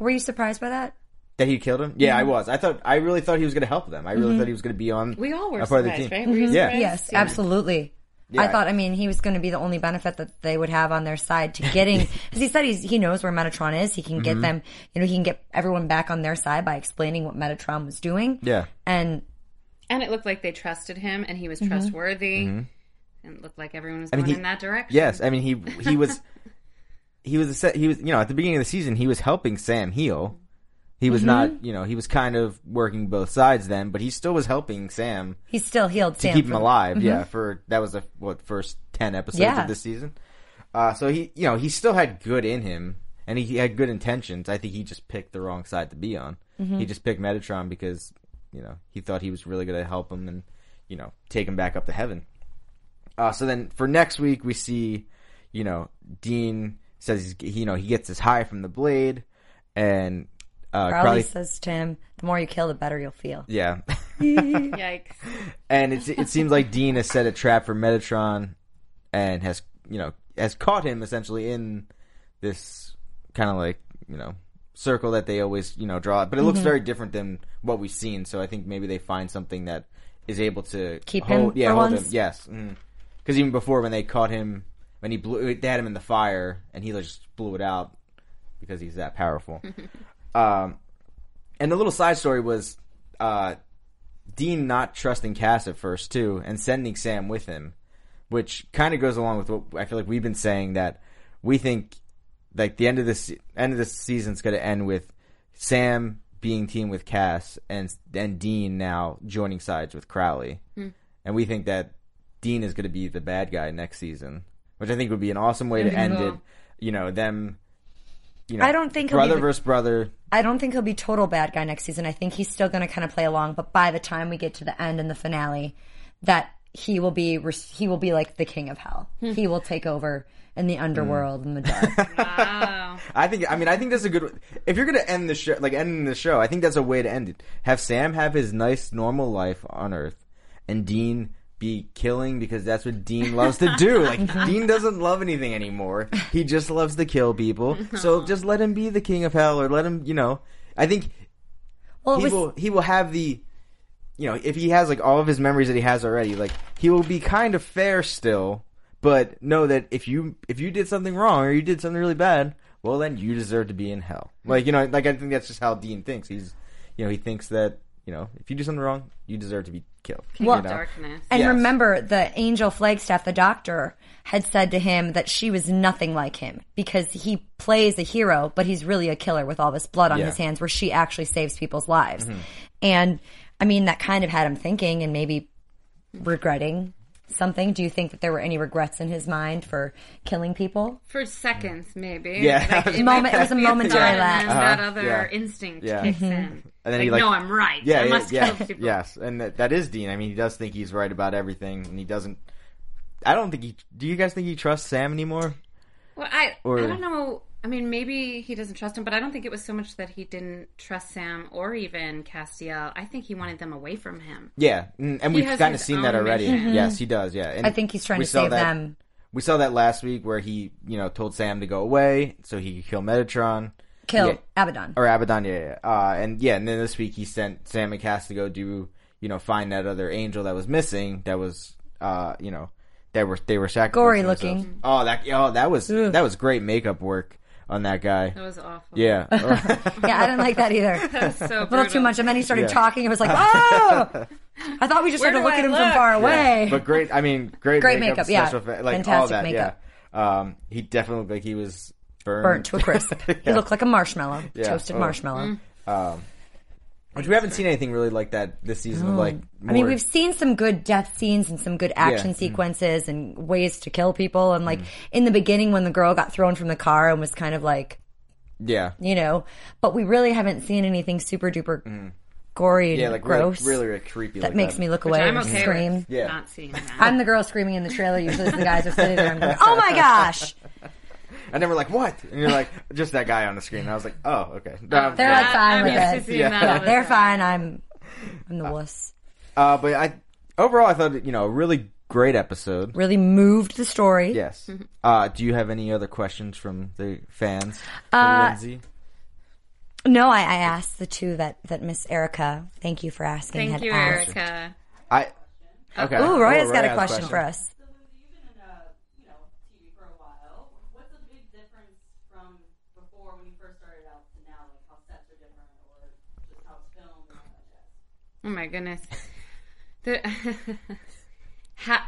S2: Were you surprised by that?
S1: That he killed him? Yeah, I
S2: Mm-hmm.
S1: was. I thought I really thought he was going to help them. I really thought he was going to be on.
S3: We all were
S1: a part of the
S3: surprised,
S1: team. Mm-hmm.
S3: right? Were you
S1: Yeah.
S3: surprised?
S2: Yes, absolutely. I
S1: Yeah.
S2: thought, I mean, he was going to be the only benefit that they would have on their side to getting,
S1: [laughs]
S2: because he said he's, he knows where Metatron is. He can
S1: Mm-hmm.
S2: get them, you know, he can get everyone back on their side by explaining what Metatron was doing.
S1: Yeah.
S2: And
S3: And it looked like they trusted him, and he was
S2: Mm-hmm.
S3: trustworthy, and it looked like everyone was going
S1: Mm-hmm. he-
S3: in that direction. [laughs]
S1: Yes, I mean he he was he was a set, he was you know at the beginning of the season he was helping Sam heal. He was
S3: Mm-hmm.
S1: not you know he was kind of working both sides then, but he still was helping Sam
S2: he still healed
S1: to
S2: Sam.
S1: keep him
S2: from-
S1: alive. Yeah, for that was the what first ten episodes
S2: Yeah.
S1: of this season. Uh, so he you know he still had good in him and he, he had good intentions. I think he just picked the wrong side to be on.
S2: Mm-hmm.
S1: He just picked Metatron because you know he thought he was really going to help him and you know take him back up to heaven. Uh, so then for next week, we see, you know, Dean says, he's, you know, he gets his high from the blade, and uh,
S2: Crowley
S1: Crowley,
S2: says to him, the more you kill, the better you'll feel.
S1: yeah, [laughs]
S3: Yikes.
S1: and it it seems like Dean has set a trap for Metatron, and has you know has caught him essentially in this kind of like you know circle that they always you know draw, but it
S2: Mm-hmm.
S1: looks very different than what we've seen. So I think maybe they find something that is able to
S2: Keep him
S1: hold, yeah,
S2: for
S1: hold
S2: once?
S1: him, yes. Mm. Because even before when they caught him, when he blew, they had him in the fire, and he just blew it out because he's that powerful. um, and the little side story was uh, Dean not trusting Cass at first too, and sending Sam with him, which kind of goes along with what I feel like we've been saying that we think like the end of this end of this season's going to end with Sam being teamed with Cass and and Dean now joining sides with Crowley,
S2: Hmm.
S1: and we think that Dean is going to be the bad guy next season, which I think would be an awesome way to end it. You know them. You know,
S2: I don't think he'll be
S1: brother
S2: the-
S1: versus brother.
S2: I don't think he'll be total bad guy next season. I think he's still going to kind of play along, but by the time we get to the end and the finale, that he will be res- he will be like the king of hell.
S1: Hmm.
S2: he will take over in the underworld and the
S1: [laughs]
S2: dark.
S1: I think. I mean, I think that's a good. If you're gonna end the show, like ending the show, I think that's a way to end it. Have Sam have his nice normal life on Earth, and Dean be killing because that's what Dean loves to do. Like Dean doesn't love anything anymore. He just loves to kill people. So just let him be the king of hell, or let him. You know, I think
S2: Well, it
S1: he
S2: was
S1: will he will have the you know if he has like all of his memories that he has already like he will be kind of fair still but know that if you if you did something wrong or you did something really bad well then you deserve to be in hell like you know like i think that's just how dean thinks he's you know he thinks that you know if you do something wrong you deserve to be killed
S2: Well-
S1: you know?
S3: Darkness.
S2: And
S1: Yes.
S2: remember, the angel Flagstaff, the doctor, had said to him that she was nothing like him because he plays a hero, but he's really a killer with all this blood on
S1: Yeah. Mm-hmm.
S2: his hands where she actually saves people's lives. And I mean, that kind of had him thinking and maybe regretting something. Do you think that there were any regrets in his mind for killing people?
S3: For seconds, maybe.
S1: Yeah. [laughs]
S3: it might
S2: Moment- Mm-hmm. it was a
S3: be thought,
S2: momentary
S3: and then
S2: lapse.
S3: That
S1: Uh-huh.
S3: other
S1: Yeah.
S3: instinct
S1: Yeah.
S3: kicks in.
S1: And then
S3: like,
S1: he, like-
S3: no, I'm right.
S1: yeah
S3: I
S1: yeah,
S3: must
S1: yeah
S3: kill people.
S1: yes and that, that is dean i mean he does think he's right about everything and he doesn't i don't think he do you guys think he trusts sam anymore
S3: Well, I
S1: Or-
S3: I don't know. I mean, maybe he doesn't trust him, but I don't think it was so much that he didn't trust Sam or even Castiel. I think he wanted them away from him.
S1: Yeah, mm, and we've
S3: has
S1: kind of
S3: his
S1: seen that
S3: own
S1: already.
S3: mission.
S1: Yes, he does. Yeah, and
S2: I think he's trying
S1: we
S2: to
S1: saw
S2: save
S1: that-
S2: them.
S1: We saw that last week where he, you know, told Sam to go away so he could kill Metatron
S2: Kill
S1: Yeah.
S2: Abaddon.
S1: or Abaddon. Yeah, yeah. Uh, and yeah, and then this week he sent Sam and Cass to go do, you know, find that other angel that was missing. That was, uh, you know, that were they were sacrificing
S2: Gory
S1: themselves.
S2: looking.
S1: Oh, that oh that was that was great makeup work on that guy.
S3: That was awful.
S2: [laughs]
S1: Yeah. Oh.
S2: Yeah, I didn't like
S1: [laughs]
S2: that either.
S3: so
S2: A little too
S3: brutal.
S2: much. And then he started
S1: Yeah.
S2: talking. It
S1: [laughs]
S2: was like, oh! I thought we just
S3: Where
S2: had to
S3: do
S2: look
S3: I
S2: at him from
S3: look?
S2: far
S3: Yeah,
S2: away.
S1: But great, I mean, great,
S2: Great
S1: makeup,
S2: makeup, yeah.
S1: special effect- like all
S2: Fantastic
S1: that,
S2: makeup.
S1: yeah. Um, he definitely looked like he was burned. [laughs]
S2: burnt to a crisp. He
S1: Yeah. Oh.
S2: looked like a marshmallow,
S3: Mm.
S1: Yeah.
S2: toasted
S1: Oh.
S2: marshmallow.
S1: Which we haven't seen anything really like that this season. Of like,
S2: Oh. I mean,
S1: more-
S2: we've seen some good death scenes and some good action
S1: Yeah. Mm.
S2: sequences and ways to kill people. And like in the beginning, when the girl got thrown from the car and was kind of like,
S1: yeah,
S2: you know, but we really haven't seen anything super duper gory and
S1: Mm. yeah, like really-
S2: gross
S1: really, really creepy.
S2: that
S1: like
S2: makes
S1: that.
S2: me look
S3: Which
S2: away
S3: I'm
S2: and
S3: okay
S2: scream.
S3: with
S1: Mm-hmm. Yeah.
S3: not seeing that.
S2: I'm the girl screaming in the trailer. Usually, the guys are
S1: [laughs]
S2: sitting there. and I'm going, "Oh my gosh!"
S1: And then we're like, what? And you're like, [laughs] just that guy on the screen. And I was like, oh, okay. Um,
S2: They're like fine
S3: I'm
S2: with
S3: used
S2: it.
S3: to seeing that all the
S2: They're
S3: time.
S2: fine. I'm, I'm the wuss.
S1: uh, but I overall, I thought you know a really great episode.
S2: Really moved the story.
S1: Yes. Uh, do you have any other questions from the fans? for
S2: Uh,
S1: Lindsay?
S2: No, I, I asked the two that that Miss Erica. Thank you for asking.
S3: Thank
S2: had
S3: you,
S2: asked.
S3: Erica.
S1: I. Okay. Oh,
S2: Ooh, Roy has
S1: Roy
S2: got a
S1: has
S2: question for us.
S4: So Lindsay, you've been in uh, you know TV for a while. What's a big difference from before when you first started out to now? Like how sets are different, or just how it's filmed? And all that jazz?
S3: Oh my goodness. The [laughs] how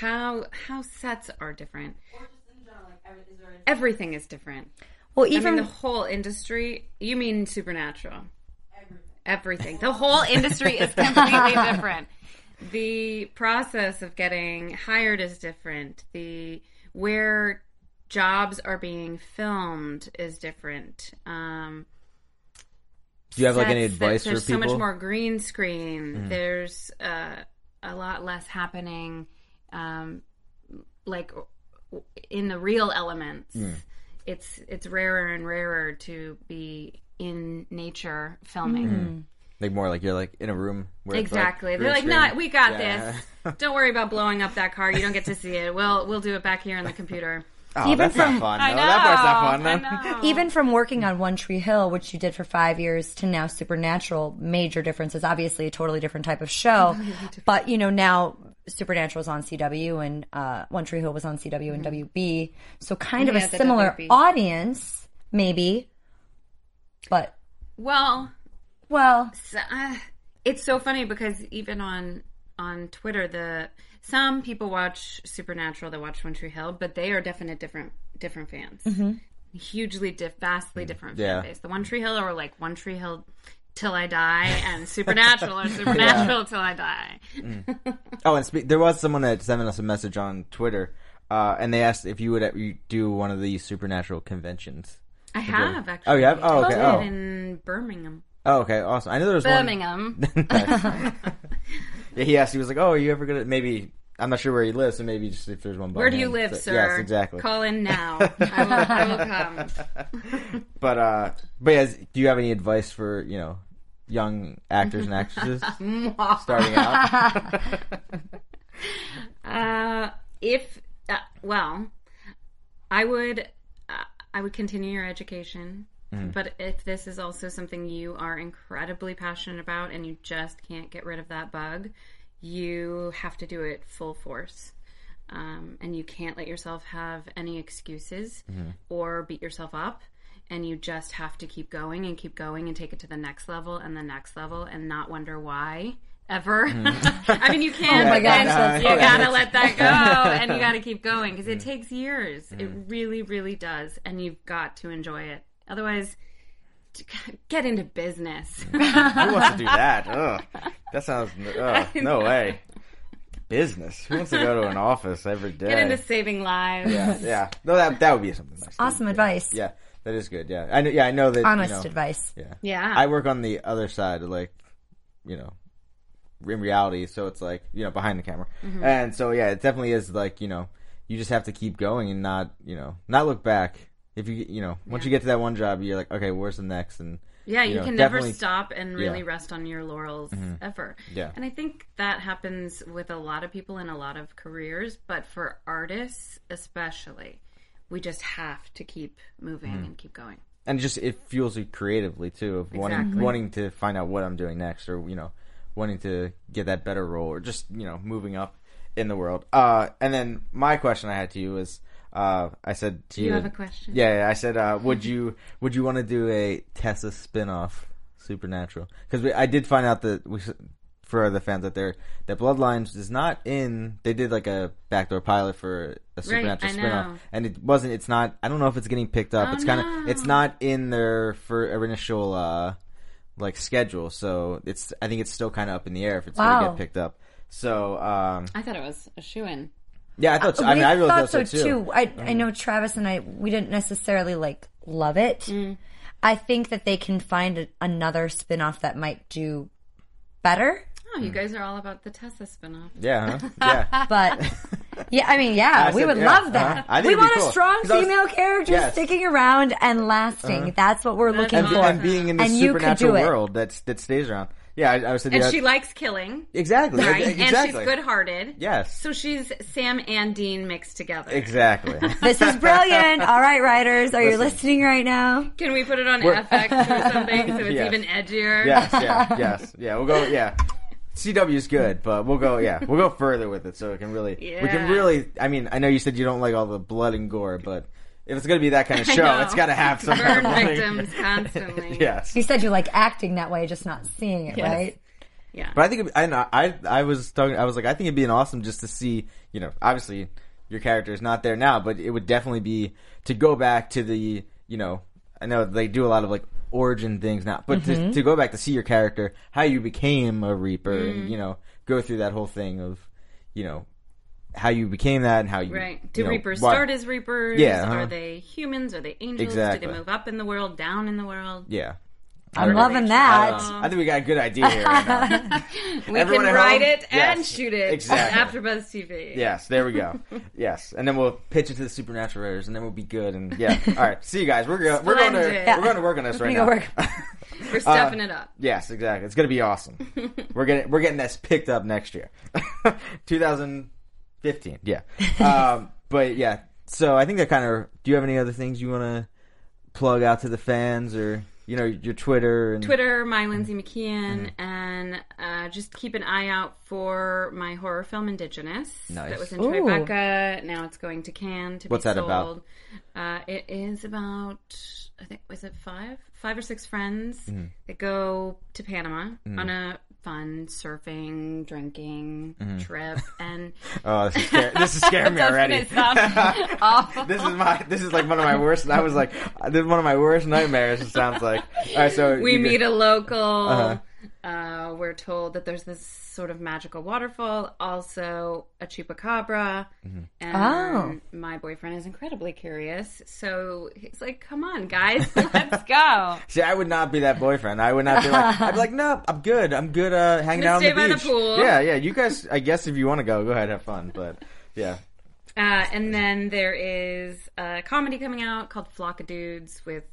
S3: how how sets are different.
S4: Or just in general, like every, is there a
S3: Everything is different.
S2: Well,
S3: Even
S2: even
S3: the whole industry. You mean supernatural?
S4: everything?
S3: Everything. The whole industry is completely different. The process of getting hired is different. The where jobs are being filmed is different. Um,
S1: Do you have like any
S3: sets that
S1: advice for
S3: there's
S1: people? Mm-hmm.
S3: so much more green screen. There's uh, a lot less happening, um, like in the real elements.
S1: Mm.
S3: It's it's rarer and rarer to be in nature filming.
S1: Like more like you're Mm-hmm. like in a room. Where it's,
S3: Exactly.
S1: green
S3: They're like,
S1: screen.
S3: "Not, we got
S1: Yeah. [laughs]
S3: this. Don't worry about blowing up that car. You don't get to see it. We'll we'll do it back here on
S1: [laughs]
S3: the computer."
S1: Oh,
S2: Even
S1: that's
S2: from-
S1: not fun.
S3: I
S1: no.
S3: know.
S1: That part's not fun.
S3: I
S1: no.
S3: know.
S2: even from working on One Tree Hill, which you did for five years, to now Supernatural, major differences. Obviously, a totally different type
S3: [laughs]
S2: of show, but you know now Supernatural is on CW and uh, One Tree Hill was on CW and WB, so kind
S3: Mm-hmm. Yeah,
S2: of a
S3: the
S2: similar
S3: WB.
S2: audience, maybe. But
S3: well,
S2: well,
S3: So, uh, it's so funny because even on on Twitter, the some people watch Supernatural, they watch One Tree Hill, but they are definite different different fans, hugely diff, vastly different
S1: Mm-hmm. Yeah.
S3: fan base. The One Tree Hill are like One Tree Hill till I die, and
S1: [laughs]
S3: Supernatural or Supernatural till I die.
S1: Oh, and spe- there was someone that sent us a message on Twitter, uh, and they asked if you would uh, you do one of these supernatural conventions.
S3: I have actually.
S1: Oh, you have? Oh, okay.
S3: I did
S1: Oh.
S3: in Birmingham,
S1: Oh, okay, awesome. I know there was [laughs]
S3: Birmingham.
S1: one. Nice. [laughs] yeah, he asked. He was like, "Oh, are you ever gonna maybe?" I'm not sure where he lives, so maybe just if there's one. by
S3: Where do you
S1: him.
S3: live,
S1: So-
S3: sir?
S1: Yes, exactly.
S3: Call in
S1: [laughs]
S3: now. I will, I will come.
S1: But uh, but yeah, do you have any advice for you know young actors and
S3: [laughs]
S1: actresses starting out?
S3: Uh, if uh, well, I would uh, I would continue your education, but if this is also something you are incredibly passionate about and you just can't get rid of that bug, you have to do it full force. Um, and you can't let yourself have any excuses
S2: Mm-hmm.
S3: or beat yourself up. And you just have to keep going and keep going and take it to the next level and the next level and not wonder why ever. [laughs] I mean, you can't.
S2: [laughs] Oh my
S3: but
S2: gosh,
S3: then
S2: that's
S3: you
S2: so Mm-hmm.
S3: gotta let that
S2: [laughs]
S3: go and you gotta keep going because it takes years. It really, really does, and you've got to enjoy it. Otherwise, t- [laughs] get into business.
S2: Mm-hmm.
S1: Who wants to do
S2: [laughs]
S1: that? Ugh. That sounds ugh, no way. Business. Who wants to go to an office
S2: [laughs]
S1: every day?
S3: [laughs] get into saving lives.
S1: yeah, yeah. No, that that would be something nice.
S2: awesome advice,
S1: Yeah, that is good. Yeah, I know. Yeah, I know that. you
S2: honest
S1: know,
S2: advice.
S1: Yeah.
S3: Yeah.
S1: I work on the other side, of like, you know, in reality. So it's like you know behind the camera,
S2: Mm-hmm.
S1: and so yeah, it definitely is like you know you just have to keep going and not you know not look back. If you you know once you get to that one job, you're like okay, where's the next? And
S3: Yeah, you,
S1: you know,
S3: can never
S1: definitely-
S3: stop and really
S1: yeah. Mm-hmm.
S3: rest on your laurels ever.
S1: Yeah.
S3: And I think that happens with a lot of people in a lot of careers, but for artists especially, we just have to keep moving
S1: Mm-hmm.
S3: and keep going.
S1: and just it fuels you creatively too of wanting
S3: Exactly.
S1: wanting to find out what I'm doing next or you know wanting to get that better role or just you know moving up in the world. Uh, and then my question I had to you was uh, I said to you,
S3: have a question?
S1: Yeah, yeah, I said uh, would you [laughs] would you want to do a Tessa spin-off Supernatural? Because I did find out that we s- for the fans out there that Bloodlines is not in. They did like a backdoor pilot for a Supernatural
S3: I
S1: spin-off
S3: know.
S1: and it wasn't. It's
S2: Oh,
S1: not. I don't know if it's getting picked up. it's kind of. It's not in their for initial. uh like schedule, so it's I think it's still kind of up in the air if it's
S2: Wow.
S1: going to get picked up. So um,
S3: I thought it was a shoe in.
S1: yeah, I thought. So, I mean,
S2: Uh, we
S1: I really
S2: thought
S1: thought
S2: so
S1: too. Mm-hmm.
S2: too. I, I know Travis and I we didn't necessarily like love it. I think that they can find a, another spin off that might do better.
S3: Oh,
S1: Mm.
S3: you guys are all about the Tessa spinoff.
S1: Yeah, huh?
S2: [laughs]
S1: yeah. [laughs]
S2: But yeah, I mean, yeah,
S1: I
S2: we
S1: said,
S2: would
S1: yeah,
S2: love that.
S1: uh-huh. I think
S2: we
S1: it'd be
S2: want a
S1: cool.
S2: strong
S1: 'Cause I was-
S2: female character
S1: Yes. Uh-huh.
S2: sticking around and lasting. That's what we're looking
S1: and,
S2: for.
S1: be- [laughs] and being in the
S2: And you could do
S1: supernatural
S2: it.
S1: world that's that stays around. Yeah, I, I was
S3: And she likes killing,
S1: exactly
S3: right? And
S1: exactly
S3: she's good-hearted.
S1: Yes.
S3: So she's Sam and Dean mixed together.
S1: exactly.
S2: [laughs] This is
S1: [laughs]
S2: brilliant. All right, writers, are you listening right now?
S3: Can we put it on FX or
S1: [laughs]
S3: something so it's
S1: Yes.
S3: even edgier?
S1: yes,
S3: [laughs]
S1: yeah, yes, yeah. We'll go. Yeah, CW is good, but we'll go. Yeah, we'll go further with it so it can really. We can
S3: Yeah.
S1: really. I mean, I know you said you don't like all the blood and gore, but if it's gonna be that kind of
S3: [laughs] I
S1: show,
S3: know.
S1: it's got to have some kind
S3: Burn
S1: of blood and-
S3: victims constantly.
S1: [laughs] Yes.
S2: You said you like acting that way, just not seeing it, right?
S3: Yeah.
S1: But I think it'd be- and I, I I was talking. I was like, I think it'd be an awesome just to see. You know, obviously your character is not there now, but it would definitely be to go back to the. You know, I know they do a lot of like origin things now, but to, to go back to see your character, how you became a Reaper, and you know, go through that whole thing of, you know, how you became that and how you
S3: Right. Do
S1: you know,
S3: Reapers
S1: why-
S3: start as Reapers?
S1: Yeah, uh-huh.
S3: Are they humans? Are they angels? Do
S1: Exactly.
S3: they move up in the world, down in the world?
S1: [laughs] Yeah.
S2: I'm loving
S1: I,
S2: that.
S1: don't know. I think we got a good idea here. Right
S3: [laughs]
S1: now.
S3: We
S1: Everyone
S3: can
S1: at
S3: write
S1: home?
S3: it and
S1: Yes.
S3: shoot it
S1: Exactly.
S3: after Buzz TV.
S1: Yes, there we go. yes, and then we'll pitch it to the supernatural writers, and then we'll be good. And yeah, all right. See you guys. We're go- we're going to
S3: Splendid.
S1: we're going to work on this right
S2: gonna
S1: now.
S2: work.
S1: Uh,
S3: We're stepping it up.
S1: [laughs] Yes, exactly. It's going to be awesome. we're getting we're getting this picked up next year, [laughs] 2015. Yeah, um, but yeah. So I think that kind of. Do you have any other things you want to plug out to the fans, or you know, your Twitter and Uh-huh.
S3: Twitter, my Lindsay McKeon, and uh, just keep an eye out for my horror film Indigenous that
S1: Nice.
S3: was in
S2: Ooh.
S3: Tribeca. Now it's going to Cannes to
S1: What's
S3: be
S1: that about?
S3: sold. Uh, it is about I think was it five, five or six friends
S1: Mm-hmm.
S3: that go to Panama on a fun surfing, drinking
S1: Mm-hmm.
S3: trip,
S1: [laughs]
S3: and
S1: Oh, this is, scar- this is
S3: [laughs]
S1: scaring me already.
S3: It's
S1: [laughs]
S3: sound awful.
S1: This is my. This is like one of my worst. I was like, this is one of my worst nightmares. It sounds like. All right, so
S3: we
S1: you Uh-huh.
S3: meet
S1: go-
S3: a local. uh we're told that there's this sort of magical waterfall, also a chupacabra.
S1: Mm-hmm.
S3: And my boyfriend is incredibly curious, so he's like, "Come on, guys, [laughs] let's go."
S1: See, I would not be that boyfriend. I would not be like. I'd be like, no, I'm good. I'm good. Uh, hanging
S3: Gonna
S1: out
S3: stay
S1: on the
S3: by the
S1: beach.
S3: pool.
S1: Yeah, yeah. You guys, I guess if you want to go, go ahead, have fun. But yeah,
S3: Uh, and then there is a comedy coming out called Flock of Dudes with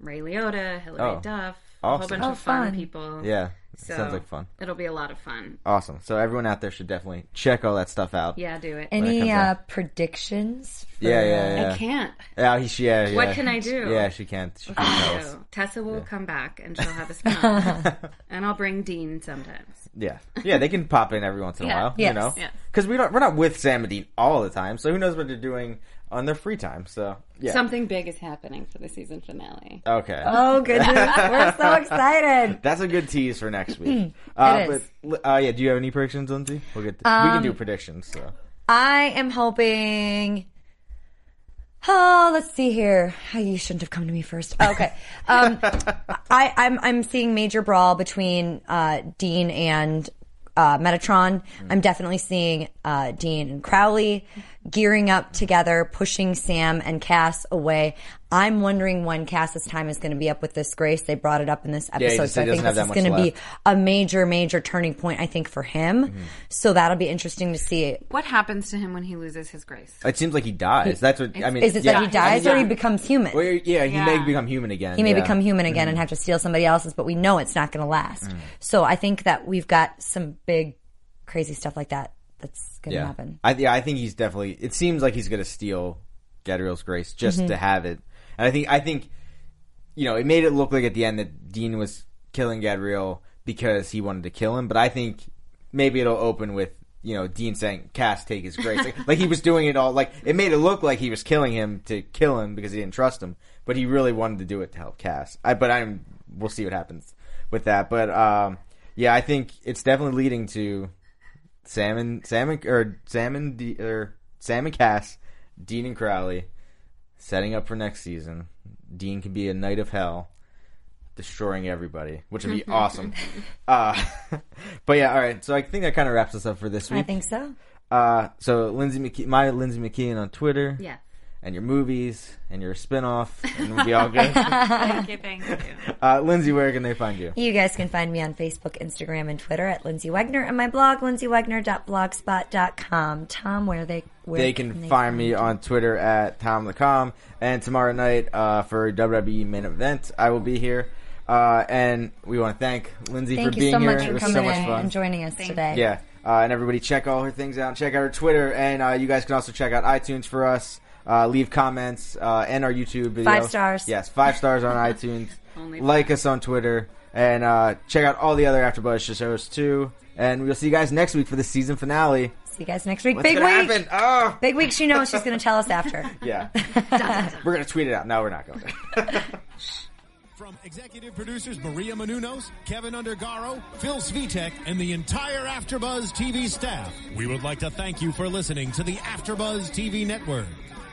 S3: Ray Liotta, Hilary
S1: Oh,
S3: Duff, a whole
S1: awesome.
S3: bunch
S2: Oh,
S3: of fun,
S2: fun.
S3: people.
S1: yeah.
S3: So
S1: Sounds like fun.
S3: It'll be a lot of fun.
S1: Awesome. So everyone out there should definitely check all that stuff out.
S3: Yeah, do it.
S2: Any
S1: comes
S2: uh,
S1: out.
S2: predictions? for,
S1: Yeah,
S2: uh,
S1: yeah, yeah.
S3: I can't.
S1: Yeah, he, she, yeah,
S3: What
S1: yeah.
S3: can I do?
S1: Yeah, she can't. She can't tell us.
S3: So Tessa will come back and she'll have
S1: [laughs]
S3: a spin and I'll bring Dean sometimes.
S1: Yeah, yeah, they can pop in every once
S2: [laughs]
S1: in a
S3: Yeah.
S1: while,
S2: Yes.
S1: you know,
S3: Yes.
S1: because we don't we're not with Sam and Dean all the time, so who knows what they're doing on their free time? So yeah,
S3: Something big is happening for the season finale.
S1: okay,
S2: Oh goodness, we're so excited.
S1: that's a good tease for next week. uh,
S2: [laughs] it is.
S1: But uh, yeah, do you have any predictions, Lindsay? We'll get to, we can do
S2: Um,
S1: predictions. So
S2: I am hoping. Oh, let's see here. Oh, you shouldn't have come to me first.
S1: [laughs]
S2: Okay. Um, I, I'm I'm seeing major brawl between uh, Dean and uh, Metatron.
S1: Hmm.
S2: I'm definitely seeing uh, Dean and Crowley gearing up together, pushing Sam and Cass away. I'm wondering when Cass's time is going to be up with this grace. They brought it up in this
S1: he
S2: episode,
S1: just-
S2: so I
S1: he
S2: think
S1: doesn't have
S2: this is
S1: that
S2: going
S1: much
S2: to be
S1: left. Hmm.
S2: a major, major turning point. I think for him. So that'll be interesting to see.
S3: What happens to him when he loses his grace?
S1: it seems like he dies. That's what I mean.
S2: Is it
S1: yeah,
S2: that he dies
S1: I
S2: or he
S1: mean,
S2: becomes human?
S1: yeah, well, yeah, he
S3: Yeah.
S1: may become human again.
S2: he may
S1: yeah. Mm-hmm.
S2: become human again and have to steal somebody else's, but we know it's not going to last.
S1: Mm.
S2: So I think that we've got some big, crazy stuff like that that's going to
S1: Yeah,
S2: happen.
S1: I, yeah, I think he's definitely. It seems like he's going to steal Gadriel's grace just to have it, and I think I think you know it made it look like at the end that Dean was killing Gadriel because he wanted to kill him, but I think maybe it'll open with you know Dean saying Cass take his grace, like, like he was doing it all. Like it made it look like he was killing him to kill him because he didn't trust him, but he really wanted to do it to help Cass. I, but I'm we'll see what happens with that, but. um yeah, I think it's definitely leading to Sam and Sam and or Sam and D, or Sam and Cass, Dean and Crowley, setting up for next season. Dean can be a knight of hell. destroying everybody, which
S2: [laughs]
S1: would be awesome. Uh, [laughs] but yeah, all right. So I think that kind of wraps us up for this
S2: I
S1: week.
S2: think so.
S1: Uh, so Lindsay McKe- my Lindsay McKeon on Twitter,
S3: Yeah.
S1: and your movies and your spinoff, and we'll be
S2: [laughs]
S1: all good.
S3: [laughs] Okay, thank you.
S1: uh, Lindsay, where can they find you?
S2: You guys can find me on Facebook, Instagram, and Twitter at Lindsay Wagner and my blog, lindsaywagner.blogspot.com. Tom, where they where
S1: They can find me on Twitter at Tom the Com, and tomorrow night uh, for WWE main event, I will be here. Uh, and we want to thank Lindsay
S2: Thank
S1: for
S2: you
S1: being
S2: so
S1: here.
S2: much
S1: it
S2: for
S1: was
S2: coming
S1: so much
S2: in
S1: fun.
S2: and joining us today.
S1: Yeah. Uh, and everybody check all her things out. Check out her Twitter. And uh, you guys can also check out iTunes for us. Uh, leave comments uh, and our YouTube video.
S2: Five stars.
S1: Yes, five stars
S2: [laughs]
S1: on iTunes.
S3: Only
S1: like us on Twitter. And uh, check out all the other AfterBuzz shows too. And we'll see you guys next week for the season finale.
S2: See you guys next week.
S1: What's
S2: Big
S1: gonna
S2: week.
S1: happen? Oh,
S2: Big week. She knows she's going to tell us after.
S1: [laughs] yeah. we're gonna tweet it out. No, we're not going to. [laughs]
S6: From executive producers Maria Manunos, Kevin Undergaro, Phil Svitek, and the entire Afterbuzz TV staff, we would like to thank you for listening to the Afterbuzz TV network.